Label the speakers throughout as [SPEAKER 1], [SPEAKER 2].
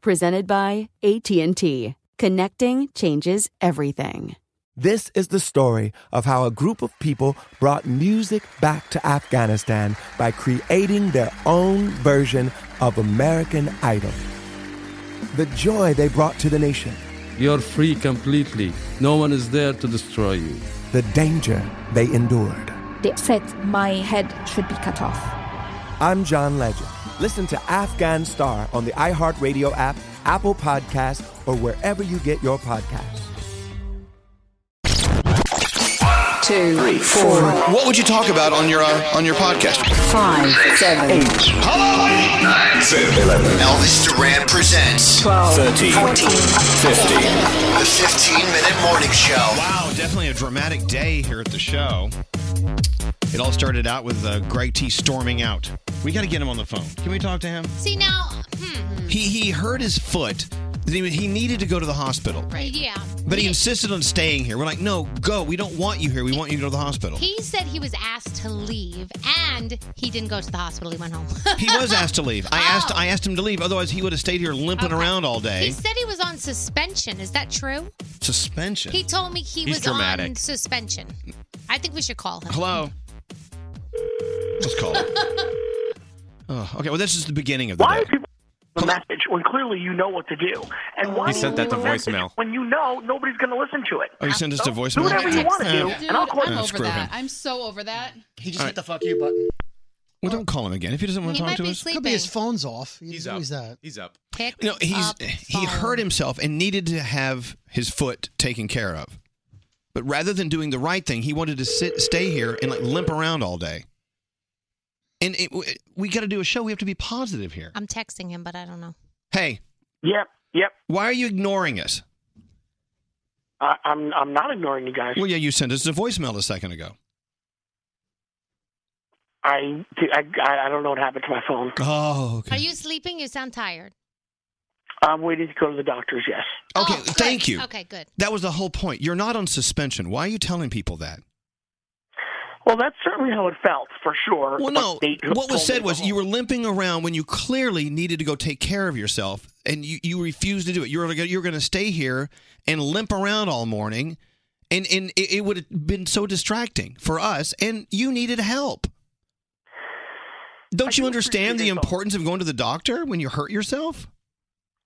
[SPEAKER 1] presented by AT&T. Connecting changes everything.
[SPEAKER 2] This is the story of how a group of people brought music back to Afghanistan by creating their own version of American Idol. The joy they brought to the nation,
[SPEAKER 3] You're free completely. No one is there to destroy you.
[SPEAKER 2] the danger they endured.
[SPEAKER 4] They said my head should be cut off.
[SPEAKER 2] I'm John Legend. Listen to Afghan Star on the iHeartRadio app, Apple Podcast, or wherever you get your podcasts.
[SPEAKER 5] Three, four. What would you talk about on your uh, on your podcast?
[SPEAKER 6] Five, seven, eight,
[SPEAKER 5] Hello, lady. Nine, eleven. Elvis Duran presents
[SPEAKER 6] 12,
[SPEAKER 5] 13,
[SPEAKER 6] 14,
[SPEAKER 5] 15. the 15 minute morning show.
[SPEAKER 7] Wow, definitely a dramatic day here at the show. It all started out with uh, Greg T storming out. We got to get him on the phone. Can we talk to him?
[SPEAKER 8] See now, hmm,
[SPEAKER 7] He he hurt his foot. He he needed to go to the hospital.
[SPEAKER 8] yeah.
[SPEAKER 7] But he insisted on staying here. We're like, no, go. We don't want you here. We want you to go to the hospital.
[SPEAKER 8] He said he was asked to leave, and he didn't go to the hospital. He went home.
[SPEAKER 7] He was asked to leave.
[SPEAKER 8] Oh.
[SPEAKER 7] I asked I asked him to leave. Otherwise, he would have stayed here limping around all
[SPEAKER 8] he
[SPEAKER 7] day.
[SPEAKER 8] said he was on suspension. Is that true?
[SPEAKER 7] Suspension.
[SPEAKER 8] He told me he
[SPEAKER 7] He's
[SPEAKER 8] was on
[SPEAKER 7] dramatic.
[SPEAKER 8] suspension. I think we should call him.
[SPEAKER 7] Hello. Let's call. him. oh, okay. Well, this is the beginning of the day.
[SPEAKER 9] the message when clearly you know what to do. And why
[SPEAKER 7] He
[SPEAKER 9] do
[SPEAKER 7] sent
[SPEAKER 9] you
[SPEAKER 7] that to
[SPEAKER 9] leave a message
[SPEAKER 7] voicemail.
[SPEAKER 9] When you know nobody's going to listen to it.
[SPEAKER 7] Oh, you sent us to
[SPEAKER 9] So,
[SPEAKER 7] voicemail?
[SPEAKER 9] Do whatever you want to do,
[SPEAKER 7] Dude,
[SPEAKER 9] and I'll call
[SPEAKER 7] I'm
[SPEAKER 9] you.
[SPEAKER 7] over Screw that. him.
[SPEAKER 10] I'm so over that.
[SPEAKER 7] He just hit the
[SPEAKER 11] fuck you button.
[SPEAKER 7] Well, don't call him again if he doesn't want to talk to us.
[SPEAKER 11] Could be his phone's off. He's
[SPEAKER 7] up.
[SPEAKER 11] that.
[SPEAKER 12] He's up.
[SPEAKER 7] No, he's he hurt himself and needed to have his foot taken care of. But rather than doing the right thing, he wanted to sit, stay here, and like limp around all day. And it, we got to do a show. We have to be positive here.
[SPEAKER 8] I'm texting him, but I don't know.
[SPEAKER 7] Hey.
[SPEAKER 9] Yep. Yep.
[SPEAKER 7] Why are you ignoring us?
[SPEAKER 9] I, I'm I'm not ignoring you guys.
[SPEAKER 7] Well, yeah, you sent us a voicemail a second ago.
[SPEAKER 9] I, I, I I don't know what happened to my phone.
[SPEAKER 7] Oh,
[SPEAKER 8] Are you sleeping? You sound tired.
[SPEAKER 9] I'm waiting to go to the doctor's. Yes.
[SPEAKER 7] Okay, thank you.
[SPEAKER 8] Oh, Okay, good.
[SPEAKER 7] That was the whole point. You're not on suspension. Why are you telling people that?
[SPEAKER 9] Well, that's certainly how it felt for sure. But
[SPEAKER 7] Well, no.
[SPEAKER 9] they
[SPEAKER 7] What
[SPEAKER 9] told
[SPEAKER 7] was said
[SPEAKER 9] me-
[SPEAKER 7] was you were limping around when you clearly needed to go take care of yourself, and you, you refused to do it. You were you were going to stay here and limp around all morning, and and it, it would have been so distracting for us, and you needed help. Don't you understand the importance of going to the doctor when you hurt yourself?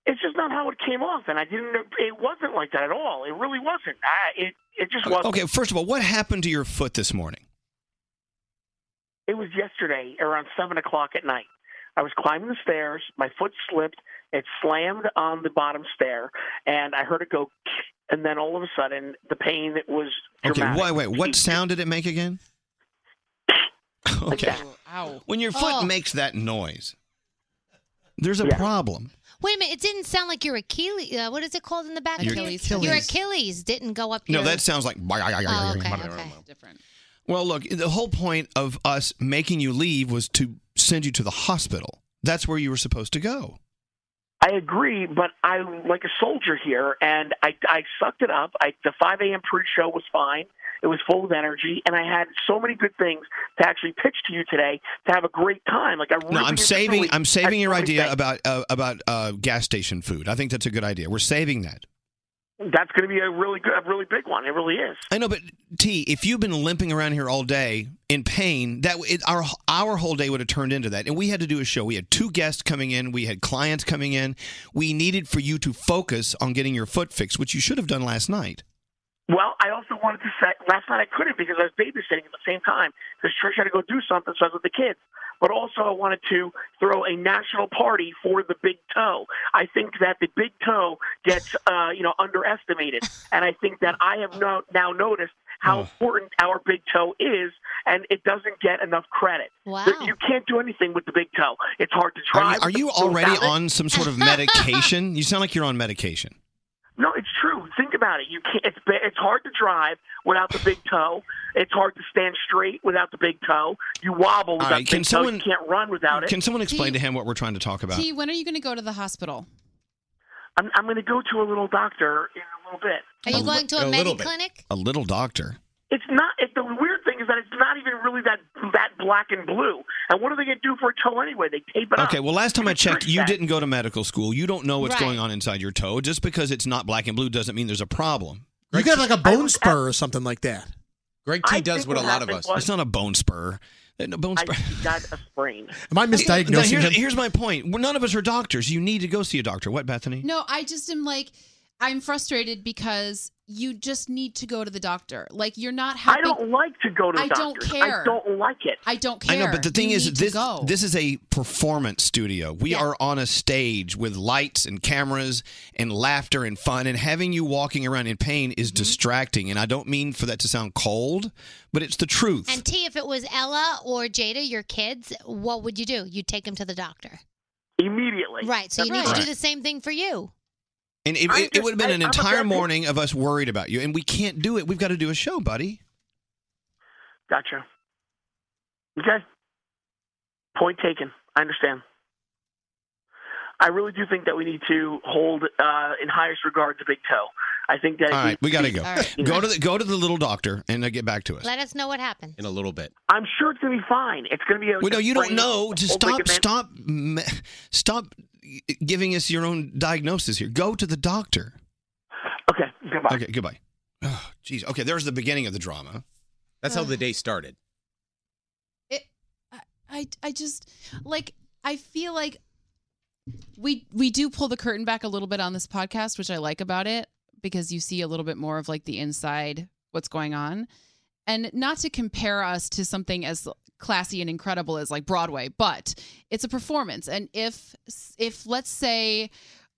[SPEAKER 9] It's just not not how it came off, and I didn't. It wasn't like that at all. It really wasn't. I, it it just wasn't.
[SPEAKER 7] Okay, first of all, what happened to your foot this morning?
[SPEAKER 9] It was yesterday around seven o'clock at night. I was climbing the stairs. My foot slipped. It slammed on the bottom stair, and I heard it go. And then all of a sudden, the pain was
[SPEAKER 7] Okay,
[SPEAKER 9] dramatic. Mm-hmm.
[SPEAKER 7] wait, wait. What sound did it make again? Okay.
[SPEAKER 8] Ow.
[SPEAKER 7] When your foot
[SPEAKER 8] Oh.
[SPEAKER 7] makes that noise, there's a
[SPEAKER 9] Yeah.
[SPEAKER 7] problem.
[SPEAKER 8] Wait a minute. It didn't sound like your Achilles. Uh, what is it called in the back? of your-
[SPEAKER 7] Achilles.
[SPEAKER 8] Your
[SPEAKER 7] Achilles.
[SPEAKER 8] Achilles didn't go up.
[SPEAKER 7] No,
[SPEAKER 8] your-
[SPEAKER 7] that sounds like. Uh.
[SPEAKER 8] Oh, okay, okay.
[SPEAKER 7] Well, look, the whole point of us making you leave was to send you to the hospital. That's where you were supposed to go.
[SPEAKER 9] I agree, but I'm like a soldier here, and I, I sucked it up. I, the 5 a.m. pre-show was fine. It was full of energy, and I had so many good things to actually pitch to you today to have a great time. Like I really
[SPEAKER 7] No, I'm saving.
[SPEAKER 9] enjoyed-
[SPEAKER 7] I'm saving your
[SPEAKER 9] I-
[SPEAKER 7] idea about uh, about uh, gas station food. I think that's a good idea. We're saving that.
[SPEAKER 9] That's going to be a really good, a really big one. It really is.
[SPEAKER 7] I know, but T, if you've been limping around here all day in pain, that it, our our whole day would have turned into that. And we had to do a show. We had two guests coming in. We had clients coming in. We needed for you to focus on getting your foot fixed, which you should have done last night.
[SPEAKER 9] Well, I also wanted to say last night I couldn't because I was babysitting at the same time because church had to go do something, so I was with the kids. But also, I wanted to throw a national party for the big toe. I think that the big toe gets, uh, you know, underestimated, and I think that I have now, now noticed how important our big toe is, and it doesn't get enough credit.
[SPEAKER 8] Wow.
[SPEAKER 9] You can't do anything with the big toe. It's hard to
[SPEAKER 7] Are
[SPEAKER 9] drive.
[SPEAKER 7] you, are you
[SPEAKER 9] with the-
[SPEAKER 7] already
[SPEAKER 9] without it.
[SPEAKER 7] on some sort of medication? You sound like you're on medication.
[SPEAKER 9] No, it's true. Think about it. You can't. It's, ba- it's hard to drive without the big toe. It's hard to stand straight without the big toe. You wobble without the
[SPEAKER 7] right, can
[SPEAKER 9] big
[SPEAKER 7] someone-
[SPEAKER 9] toe. You can't run without it.
[SPEAKER 7] Can someone explain to him what we're trying to talk about?
[SPEAKER 10] T, when are you going to go to the hospital?
[SPEAKER 9] I'm, I'm going to go to a little doctor in a little bit.
[SPEAKER 8] Are you going to a,
[SPEAKER 7] a little
[SPEAKER 8] med
[SPEAKER 7] bit.
[SPEAKER 8] clinic?
[SPEAKER 7] A little doctor.
[SPEAKER 9] It's not. It, the weird thing is that it's not even really that that black and blue. And what are they going to do for a toe anyway? They tape it
[SPEAKER 8] uh,
[SPEAKER 9] up.
[SPEAKER 7] Okay, well, last time I checked, you
[SPEAKER 9] that.
[SPEAKER 7] didn't go to medical school. You don't know what's
[SPEAKER 9] Right.
[SPEAKER 7] going on inside your toe. Just because it's not black and blue doesn't mean there's a problem.
[SPEAKER 11] You could have like a bone spur or something like that.
[SPEAKER 7] Greg
[SPEAKER 9] T I does think what what a lot of happened us- was-
[SPEAKER 7] It's not a bone spur. Uh, no, bone spur.
[SPEAKER 9] He got a sprain.
[SPEAKER 11] Am I
[SPEAKER 7] Now,
[SPEAKER 11] misdiagnosing
[SPEAKER 7] here's,
[SPEAKER 11] him?
[SPEAKER 7] here's my point. Well, none of us are doctors. You need to go see a doctor. What, Bethany?
[SPEAKER 10] No, I just am like, I'm frustrated because you just need to go to the doctor. Like, you're not
[SPEAKER 9] I
[SPEAKER 10] helping.
[SPEAKER 9] don't like to go to the
[SPEAKER 10] I don't
[SPEAKER 9] doctors.
[SPEAKER 10] care.
[SPEAKER 9] I don't like it.
[SPEAKER 10] I don't
[SPEAKER 7] I
[SPEAKER 10] care.
[SPEAKER 7] know, but the thing
[SPEAKER 10] You
[SPEAKER 7] is,
[SPEAKER 10] need to
[SPEAKER 7] this
[SPEAKER 10] go.
[SPEAKER 7] this is a performance studio. We are on a stage with lights and cameras and laughter and fun. And having you walking around in pain is
[SPEAKER 8] Mm-hmm.
[SPEAKER 7] distracting. And I don't mean for that to sound cold, but it's the truth.
[SPEAKER 8] And T, if it was Ella or Jada, your kids, what would you do? You'd take them to the doctor.
[SPEAKER 9] Immediately.
[SPEAKER 8] Right. So you
[SPEAKER 7] Right.
[SPEAKER 8] need to do
[SPEAKER 7] Right.
[SPEAKER 8] the same thing for you.
[SPEAKER 7] And it,
[SPEAKER 8] I
[SPEAKER 7] it, it would have been
[SPEAKER 8] just-
[SPEAKER 7] an
[SPEAKER 8] I- I'm a
[SPEAKER 7] entire
[SPEAKER 8] bad-
[SPEAKER 7] morning of us worried about you, and we can't do it. We've got to do a show, buddy.
[SPEAKER 9] Gotcha. Okay. Point taken. I understand. I really do think that we need to hold uh, in highest regard the big toe. I think that.
[SPEAKER 7] All right, we got to go.
[SPEAKER 8] All right.
[SPEAKER 7] Go to the go to the little doctor and uh, get back to us
[SPEAKER 8] Let us know what happened.
[SPEAKER 7] in a little bit.
[SPEAKER 9] I'm sure it's gonna be fine. It's gonna be. A,
[SPEAKER 7] Well, no, you don't know. Just
[SPEAKER 9] a
[SPEAKER 7] stop,
[SPEAKER 9] ligament.
[SPEAKER 7] stop, me- stop giving us your own diagnosis here. Go to the doctor.
[SPEAKER 9] Okay. Goodbye.
[SPEAKER 7] Okay. Goodbye. Oh, jeez. Okay. There's the beginning of the drama.
[SPEAKER 10] That's how the
[SPEAKER 7] day started.
[SPEAKER 10] I, I just like I feel like we we do pull the curtain back a little bit on this podcast, which I like about it because you see a little bit more of like the inside what's going on. And not to compare us to something as classy and incredible as like Broadway, but it's a performance. And if if let's say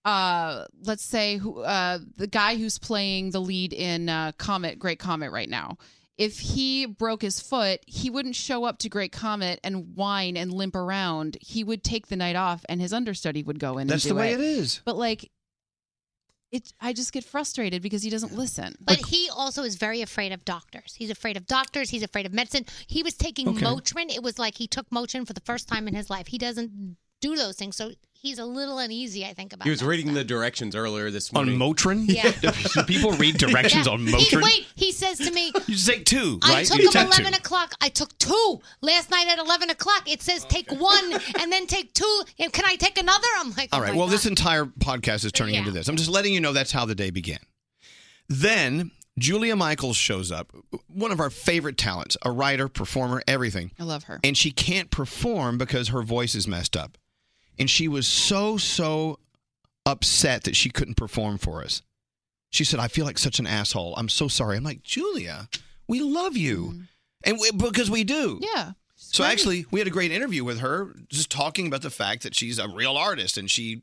[SPEAKER 10] uh let's say who uh the guy who's playing the lead in uh Comet Great Comet right now if he broke his foot, he wouldn't show up to Great Comet and whine and limp around. He would take the night off, and his understudy would go in.
[SPEAKER 7] That's
[SPEAKER 10] and do
[SPEAKER 7] the way it
[SPEAKER 10] it
[SPEAKER 7] is.
[SPEAKER 10] But like, it, I just get frustrated because he doesn't listen.
[SPEAKER 8] But he also is very afraid of doctors. He's afraid of doctors. He's afraid of medicine. He was taking
[SPEAKER 10] Okay.
[SPEAKER 8] Motrin. It was like he took Motrin for the first time in his life. He doesn't do those things. So he's a little uneasy, I think, about
[SPEAKER 12] He was
[SPEAKER 8] that.
[SPEAKER 12] reading the directions earlier this morning.
[SPEAKER 7] On Motrin?
[SPEAKER 8] Yeah.
[SPEAKER 12] Do people read directions
[SPEAKER 8] Yeah.
[SPEAKER 12] on
[SPEAKER 8] He,
[SPEAKER 12] Motrin?
[SPEAKER 8] wait, he says to me,
[SPEAKER 7] You just take two,
[SPEAKER 8] I
[SPEAKER 12] right?
[SPEAKER 8] took
[SPEAKER 12] You
[SPEAKER 8] them
[SPEAKER 12] take two.
[SPEAKER 8] 11 o'clock. I took two last night at 11 o'clock. It says take one and then take two. And can I take another? I'm like,
[SPEAKER 7] All
[SPEAKER 8] oh
[SPEAKER 7] right.
[SPEAKER 8] my
[SPEAKER 7] Well,
[SPEAKER 8] God.
[SPEAKER 7] this entire podcast is turning into this. I'm just letting you know that's how the day began. Then Julia Michaels shows up, one of our favorite talents, a writer, performer, everything.
[SPEAKER 10] I love her.
[SPEAKER 7] And she can't perform because her voice is messed up. And she was so, so upset that she couldn't perform for us. She said, "I feel like such an asshole. I'm so sorry." I'm like, "Julia, we love you."
[SPEAKER 10] Mm-hmm.
[SPEAKER 7] And we, because we do.
[SPEAKER 10] Yeah.
[SPEAKER 7] So actually, we had a great interview with her, just talking about the fact that she's a real artist and she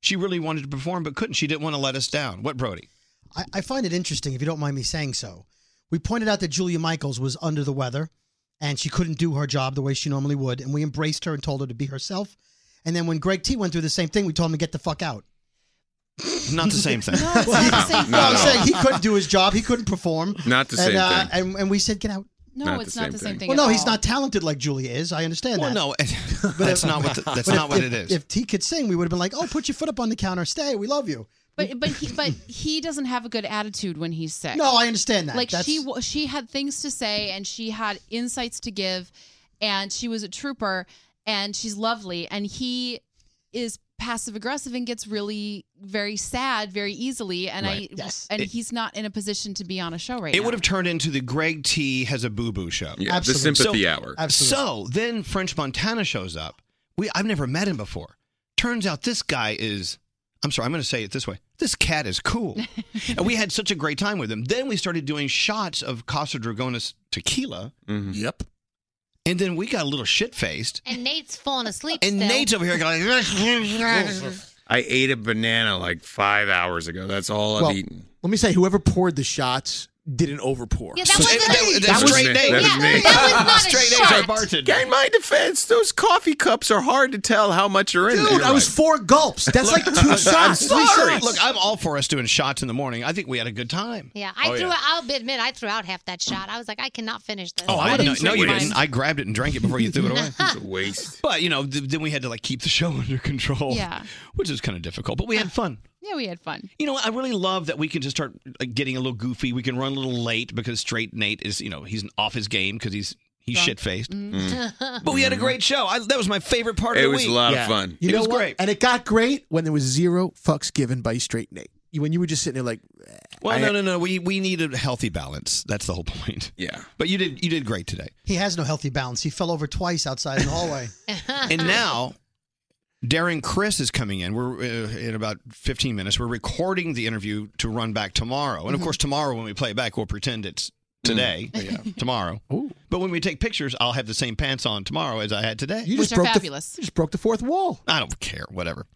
[SPEAKER 7] she really wanted to perform but couldn't. She didn't want to let us down. What Brody?
[SPEAKER 13] I, I find it interesting, if you don't mind me saying so. We pointed out that Julia Michaels was under the weather and she couldn't do her job the way she normally would, and we embraced her and told her to be herself. And then when Greg T went through the same thing, we told him to get the fuck out.
[SPEAKER 7] Not the same thing.
[SPEAKER 13] Well,
[SPEAKER 7] same
[SPEAKER 13] no, I'm
[SPEAKER 7] thing.
[SPEAKER 13] saying he couldn't do his job. He couldn't perform.
[SPEAKER 7] Not the
[SPEAKER 13] and,
[SPEAKER 7] same
[SPEAKER 13] uh,
[SPEAKER 7] thing.
[SPEAKER 13] And, and we said, get out.
[SPEAKER 7] No, Not it's the not same the same thing. thing
[SPEAKER 13] Well,
[SPEAKER 7] at
[SPEAKER 13] no, he's
[SPEAKER 7] all.
[SPEAKER 13] not talented like Julia is. I understand
[SPEAKER 7] Well,
[SPEAKER 13] that.
[SPEAKER 7] no, that's not what the- that's
[SPEAKER 13] but
[SPEAKER 7] not
[SPEAKER 13] if-
[SPEAKER 7] what
[SPEAKER 13] if-
[SPEAKER 7] it is.
[SPEAKER 13] If he could sing, we would have been like, oh, put your foot up on the counter. Stay. We love you.
[SPEAKER 10] But but he but he doesn't have a good attitude when he's sick.
[SPEAKER 13] No, I understand that.
[SPEAKER 10] Like
[SPEAKER 13] That's-
[SPEAKER 10] she wa- she had things to say and she had insights to give, and she was a trooper and she's lovely and he is passive aggressive and gets really very sad very easily and
[SPEAKER 7] Right.
[SPEAKER 10] I
[SPEAKER 7] Yes.
[SPEAKER 10] and
[SPEAKER 7] It-
[SPEAKER 10] he's not in a position to be on a show right
[SPEAKER 7] it
[SPEAKER 10] now.
[SPEAKER 7] would have turned into the Greg T has a boo boo show.
[SPEAKER 12] Yeah, the Absolutely. sympathy hour.
[SPEAKER 7] So then French Montana shows up. We I've never met him before. Turns out this guy is I'm sorry, I'm going to say it this way. This cat is cool. and we had such a great time with him. Then we started doing shots of Casa Dragonis tequila. Yep. And then we got a little shit faced.
[SPEAKER 8] And Nate's falling asleep.
[SPEAKER 7] And
[SPEAKER 8] still.
[SPEAKER 7] Nate's over here going,
[SPEAKER 12] I ate a banana like five hours ago. That's all
[SPEAKER 11] Well,
[SPEAKER 12] I've eaten.
[SPEAKER 11] Let me say, whoever poured the shots didn't overpour.
[SPEAKER 8] Yeah, that was
[SPEAKER 12] That- that- that's straight Nate.
[SPEAKER 8] Straight A's shot. are
[SPEAKER 11] bartenders.
[SPEAKER 12] In my defense, those coffee cups are hard to tell how much you're in.
[SPEAKER 11] Dude,
[SPEAKER 12] there.
[SPEAKER 11] I was four gulps. That's like two
[SPEAKER 12] I'm
[SPEAKER 11] shots. Three
[SPEAKER 12] sorry.
[SPEAKER 11] shots.
[SPEAKER 7] Look, I'm all for us doing shots in the morning. I think we had a good time.
[SPEAKER 8] Yeah, I
[SPEAKER 7] Oh,
[SPEAKER 8] threw.
[SPEAKER 7] yeah.
[SPEAKER 8] I'll admit, I threw out half that shot. I was like, I cannot finish this.
[SPEAKER 7] Oh, I didn't. No, you didn't. I grabbed it and drank it before you threw it away. it's a waste. But you know, th- then we had to like keep the show under control.
[SPEAKER 10] Yeah.
[SPEAKER 7] which is kind of difficult. But we had fun.
[SPEAKER 10] yeah, we had fun.
[SPEAKER 7] You know, I really love that we can just start like, getting a little goofy. We can run a little late because straight Nate is, you know, he's off his game because he's he's shit faced. But we had a great show. I, that Mm. was my favorite part of the week.
[SPEAKER 11] Yeah. You
[SPEAKER 7] it
[SPEAKER 11] know
[SPEAKER 7] was
[SPEAKER 11] what?
[SPEAKER 7] great.
[SPEAKER 11] And it got great when there was zero fucks given by straight Nate. You- When you were just sitting there like,
[SPEAKER 7] Well,
[SPEAKER 11] I-
[SPEAKER 7] no, no, no. We we need a healthy balance. That's the whole point. Yeah. But you did you did great today.
[SPEAKER 13] He has no healthy balance. He fell over twice outside in the hallway.
[SPEAKER 7] and now Darren Chris is coming in. We're uh, in about 15 minutes. We're recording the interview to run back tomorrow. And of
[SPEAKER 11] Mhm.
[SPEAKER 7] course, tomorrow when we play it back, we'll pretend it's today, tomorrow. But when we take pictures, I'll have the same pants on tomorrow as I had today.
[SPEAKER 11] you just broke The, you just broke the fourth wall.
[SPEAKER 7] I don't care, whatever.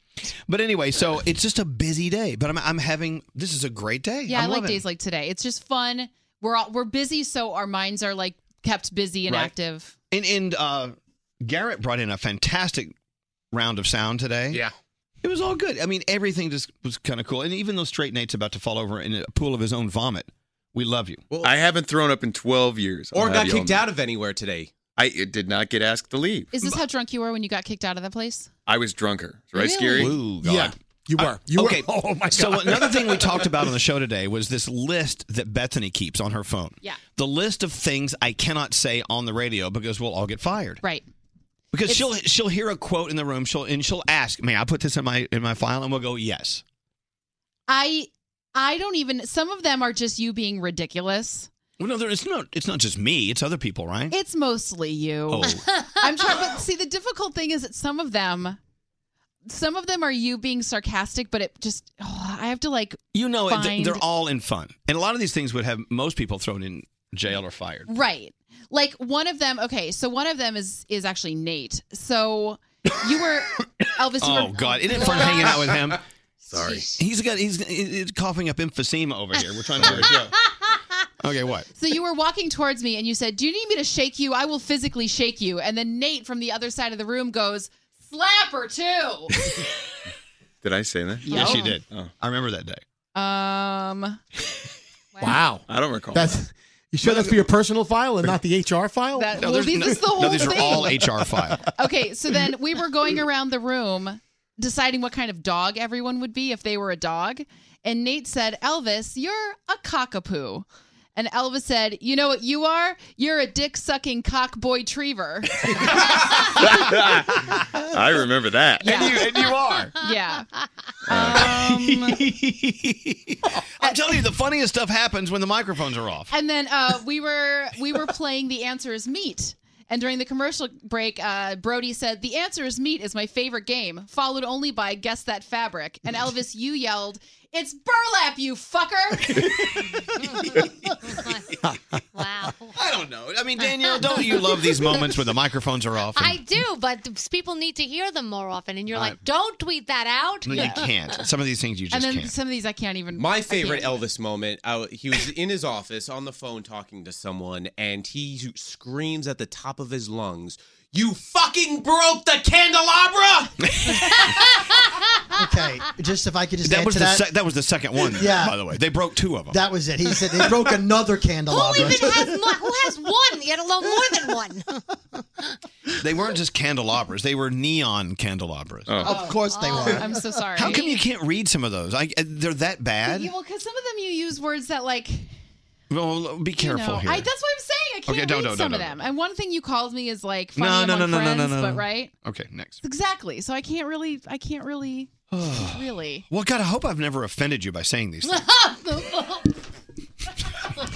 [SPEAKER 7] But anyway, so it's just a busy day, but I'm, I'm having this is a great day.
[SPEAKER 10] Yeah,
[SPEAKER 7] I'm
[SPEAKER 10] i like
[SPEAKER 7] loving it.
[SPEAKER 10] days like today. It's just fun. We're all we're busy, so our minds are like kept busy and
[SPEAKER 7] Right.
[SPEAKER 10] active.
[SPEAKER 7] And and uh, Garrett brought in a fantastic round of sound today. Yeah. It was all good. I mean, everything just was kind of cool. And even though Straight Nate's about to fall over in a pool of his own vomit, we love you.
[SPEAKER 12] I haven't thrown up in 12 years.
[SPEAKER 7] Or got kicked
[SPEAKER 12] out of anywhere today. I it did not get asked to leave.
[SPEAKER 10] Is this how drunk you were when you got kicked out of that place?
[SPEAKER 12] I was drunker. Right,
[SPEAKER 10] Really?
[SPEAKER 12] Scary?
[SPEAKER 7] Ooh, God. Yeah,
[SPEAKER 11] you were. you
[SPEAKER 7] okay.
[SPEAKER 11] were. Oh, my
[SPEAKER 7] So
[SPEAKER 11] God.
[SPEAKER 7] another thing we talked about on the show today was this list that Bethany keeps on her phone.
[SPEAKER 10] Yeah.
[SPEAKER 7] The list of things I cannot say on the radio because we'll all get fired.
[SPEAKER 10] Right.
[SPEAKER 7] Because she'll she'll hear a quote in the room, she'll and she'll ask, "May I put this in my in my file?" And we'll go, "Yes."
[SPEAKER 10] I I don't even some of them are just you being ridiculous.
[SPEAKER 7] Well, no, there, it's not. It's not just me. It's other people, right?
[SPEAKER 10] It's mostly you.
[SPEAKER 7] Oh.
[SPEAKER 10] I'm trying but see the difficult thing is that some of them some of them are you being sarcastic, but it just oh, I have to like
[SPEAKER 7] you know, it-
[SPEAKER 10] find...
[SPEAKER 7] they're all in fun, and a lot of these things would have most people thrown in jail or fired.
[SPEAKER 10] Right. Like one of them, okay, so one of them is is actually Nate. So you were Elvis you
[SPEAKER 7] oh
[SPEAKER 10] were,
[SPEAKER 7] God, isn't it fun hanging out with him? Sorry, he's got he's, he's coughing up emphysema over here. We're trying to do a show. Okay, what?
[SPEAKER 10] So you were walking towards me and you said, "Do you need me to shake you? I will physically shake you." And then Nate from the other side of the room goes, "Slap her too."
[SPEAKER 12] Did I say that?
[SPEAKER 10] Yes, you
[SPEAKER 7] did. Oh. I remember that day.
[SPEAKER 10] Oh. Um,
[SPEAKER 11] Wow.
[SPEAKER 12] I don't recall.
[SPEAKER 11] That's you sure that's for your personal file and not the HR file?
[SPEAKER 10] That- No, well, there's- these- this is the no, whole
[SPEAKER 7] these are all HR file.
[SPEAKER 10] okay, so then we were going around the room deciding what kind of dog everyone would be if they were a dog, and Nate said, "Elvis, you're a cockapoo." And Elvis said, "You know what you are? You're a dick-sucking cockboy triever."
[SPEAKER 12] I remember that.
[SPEAKER 7] And you and you are.
[SPEAKER 10] yeah.
[SPEAKER 7] I'm telling you, the funniest stuff happens when the microphones are off.
[SPEAKER 10] And then uh, we were we were playing the answer is meat. And during the commercial break, uh, Brody said, The answer is meat is my favorite game, followed only by Guess That Fabric. And Elvis, you yelled, It's burlap, you fucker.
[SPEAKER 7] wow. I don't know. I mean, Danielle, don't you love these moments where the microphones are off?
[SPEAKER 8] I do, but th- people need to hear them more often. And you're
[SPEAKER 7] I-
[SPEAKER 8] like, don't tweet that out.
[SPEAKER 7] No, you can't. Some of these things you
[SPEAKER 10] and
[SPEAKER 7] just
[SPEAKER 10] then
[SPEAKER 7] can't.
[SPEAKER 10] some of these I can't even. I
[SPEAKER 14] My
[SPEAKER 10] can't
[SPEAKER 14] favorite
[SPEAKER 10] even-
[SPEAKER 14] Elvis moment, uh, he was in his office on the phone talking to someone, and he screams at the top of his lungs, You fucking broke the candelabra!
[SPEAKER 13] okay, just if I could just
[SPEAKER 7] That
[SPEAKER 13] add
[SPEAKER 7] was
[SPEAKER 13] to
[SPEAKER 7] the
[SPEAKER 13] that.
[SPEAKER 7] sec- that was the second one.
[SPEAKER 13] Yeah.
[SPEAKER 7] By the way, they broke two of them.
[SPEAKER 13] that was it. He said they broke another candelabra.
[SPEAKER 8] Who even has mo- who has one, yet alone more than one?
[SPEAKER 7] They weren't just candelabras; they were neon candelabras.
[SPEAKER 13] Of course they
[SPEAKER 10] Oh,
[SPEAKER 13] were.
[SPEAKER 10] I'm so sorry.
[SPEAKER 7] How come you can't read some of those? I, uh, they're that bad.
[SPEAKER 10] Yeah, well, because some of them you use words that like
[SPEAKER 7] Well, be
[SPEAKER 10] you
[SPEAKER 7] careful
[SPEAKER 10] know,
[SPEAKER 7] here.
[SPEAKER 10] I, that's what I'm saying. I can't
[SPEAKER 7] Okay, don't-
[SPEAKER 10] read
[SPEAKER 7] don't-
[SPEAKER 10] some
[SPEAKER 7] don't-
[SPEAKER 10] of them.
[SPEAKER 7] don't.
[SPEAKER 10] And one thing you called me is like funny
[SPEAKER 7] no, no,
[SPEAKER 10] among
[SPEAKER 7] no, no, no,
[SPEAKER 10] friends,
[SPEAKER 7] no, no,
[SPEAKER 10] but
[SPEAKER 7] no.
[SPEAKER 10] right,
[SPEAKER 7] Okay, next.
[SPEAKER 10] exactly. So I can't really, I can't really, really.
[SPEAKER 7] Well, God, I hope I've never offended you by saying these.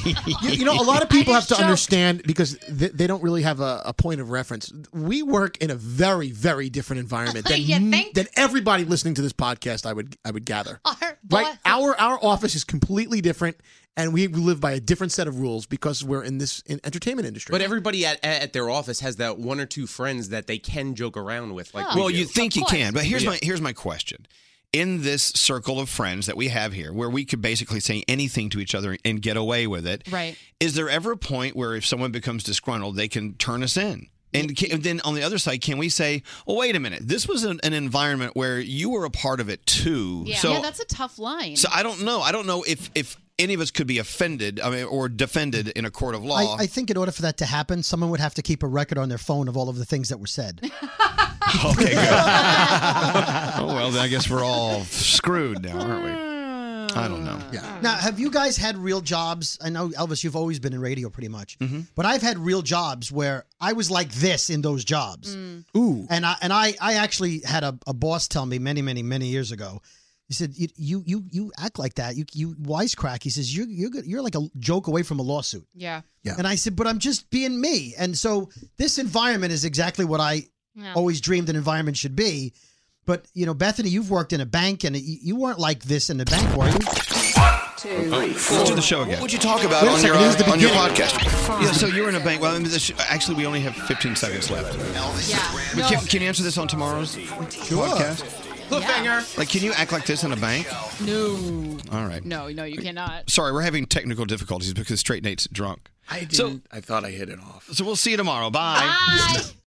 [SPEAKER 11] You, you know, a lot of people have to understand because they, they don't really have a, a point of reference. We work in a very, very different environment than,
[SPEAKER 8] You think?
[SPEAKER 11] than everybody listening to this podcast. I would, I would gather.
[SPEAKER 8] Our
[SPEAKER 11] Right, our our office is completely different, and we live by a different set of rules because we're in this in entertainment industry.
[SPEAKER 14] But everybody at, at at their office has that one or two friends that they can joke around with.
[SPEAKER 8] Oh.
[SPEAKER 14] Like, we
[SPEAKER 7] well,
[SPEAKER 14] do.
[SPEAKER 7] you
[SPEAKER 8] Mm.
[SPEAKER 7] think you can, but here's
[SPEAKER 14] Yeah.
[SPEAKER 7] my here's my question. In this circle of friends that we have here, where we could basically say anything to each other and get away with it,
[SPEAKER 10] Right.
[SPEAKER 7] is there ever a point where if someone becomes disgruntled, they can turn us in? And can, then on the other side, can we say, "Well, wait a minute. This was an, an environment where you were a part of it too."
[SPEAKER 10] Yeah,
[SPEAKER 7] So,
[SPEAKER 10] yeah that's a tough line.
[SPEAKER 7] so I don't know. I don't know if if any of us could be offended, I mean, or defended in a court of law.
[SPEAKER 13] I, I think in order for that to happen, someone would have to keep a record on their phone of all of the things that were said.
[SPEAKER 7] oh well, then I guess we're all screwed now, aren't we? I don't know. Yeah.
[SPEAKER 13] Now, have you guys had real jobs? I know Elvis, you've always been in radio pretty much,
[SPEAKER 7] Mm-hmm.
[SPEAKER 13] but I've had real jobs where I was like this in those jobs.
[SPEAKER 11] Ooh,
[SPEAKER 13] and I and I I actually had a, a boss tell me many many many years ago. He said, "You you you, you act like that. You you wisecrack." He says, "You you're good- you're like a joke away from a lawsuit."
[SPEAKER 10] yeah.
[SPEAKER 13] And I said, but I'm just being me. And so this environment is exactly what I
[SPEAKER 10] Yeah.
[SPEAKER 13] always dreamed an environment should be. But, you know, Bethany, you've worked in a bank and you you weren't like this in the bank, were you?
[SPEAKER 7] Let's do the show again.
[SPEAKER 5] What would you talk about
[SPEAKER 7] Wait a
[SPEAKER 5] on your
[SPEAKER 7] second, this is the
[SPEAKER 5] on your
[SPEAKER 7] beginning.
[SPEAKER 5] podcast?
[SPEAKER 7] Yeah, so you're in a bank. Well, I mean, this, actually, we only have 15 seconds left. Elvis.
[SPEAKER 5] Yeah.
[SPEAKER 7] Can, can you answer this on tomorrow's podcast? Cliffhanger. Like, can you act like this in a bank?
[SPEAKER 10] No.
[SPEAKER 7] All right.
[SPEAKER 10] No, no, you cannot.
[SPEAKER 7] Sorry, we're having technical difficulties because Straight Nate's drunk. I did. So, I thought I hit it off. So we'll see you tomorrow. Bye.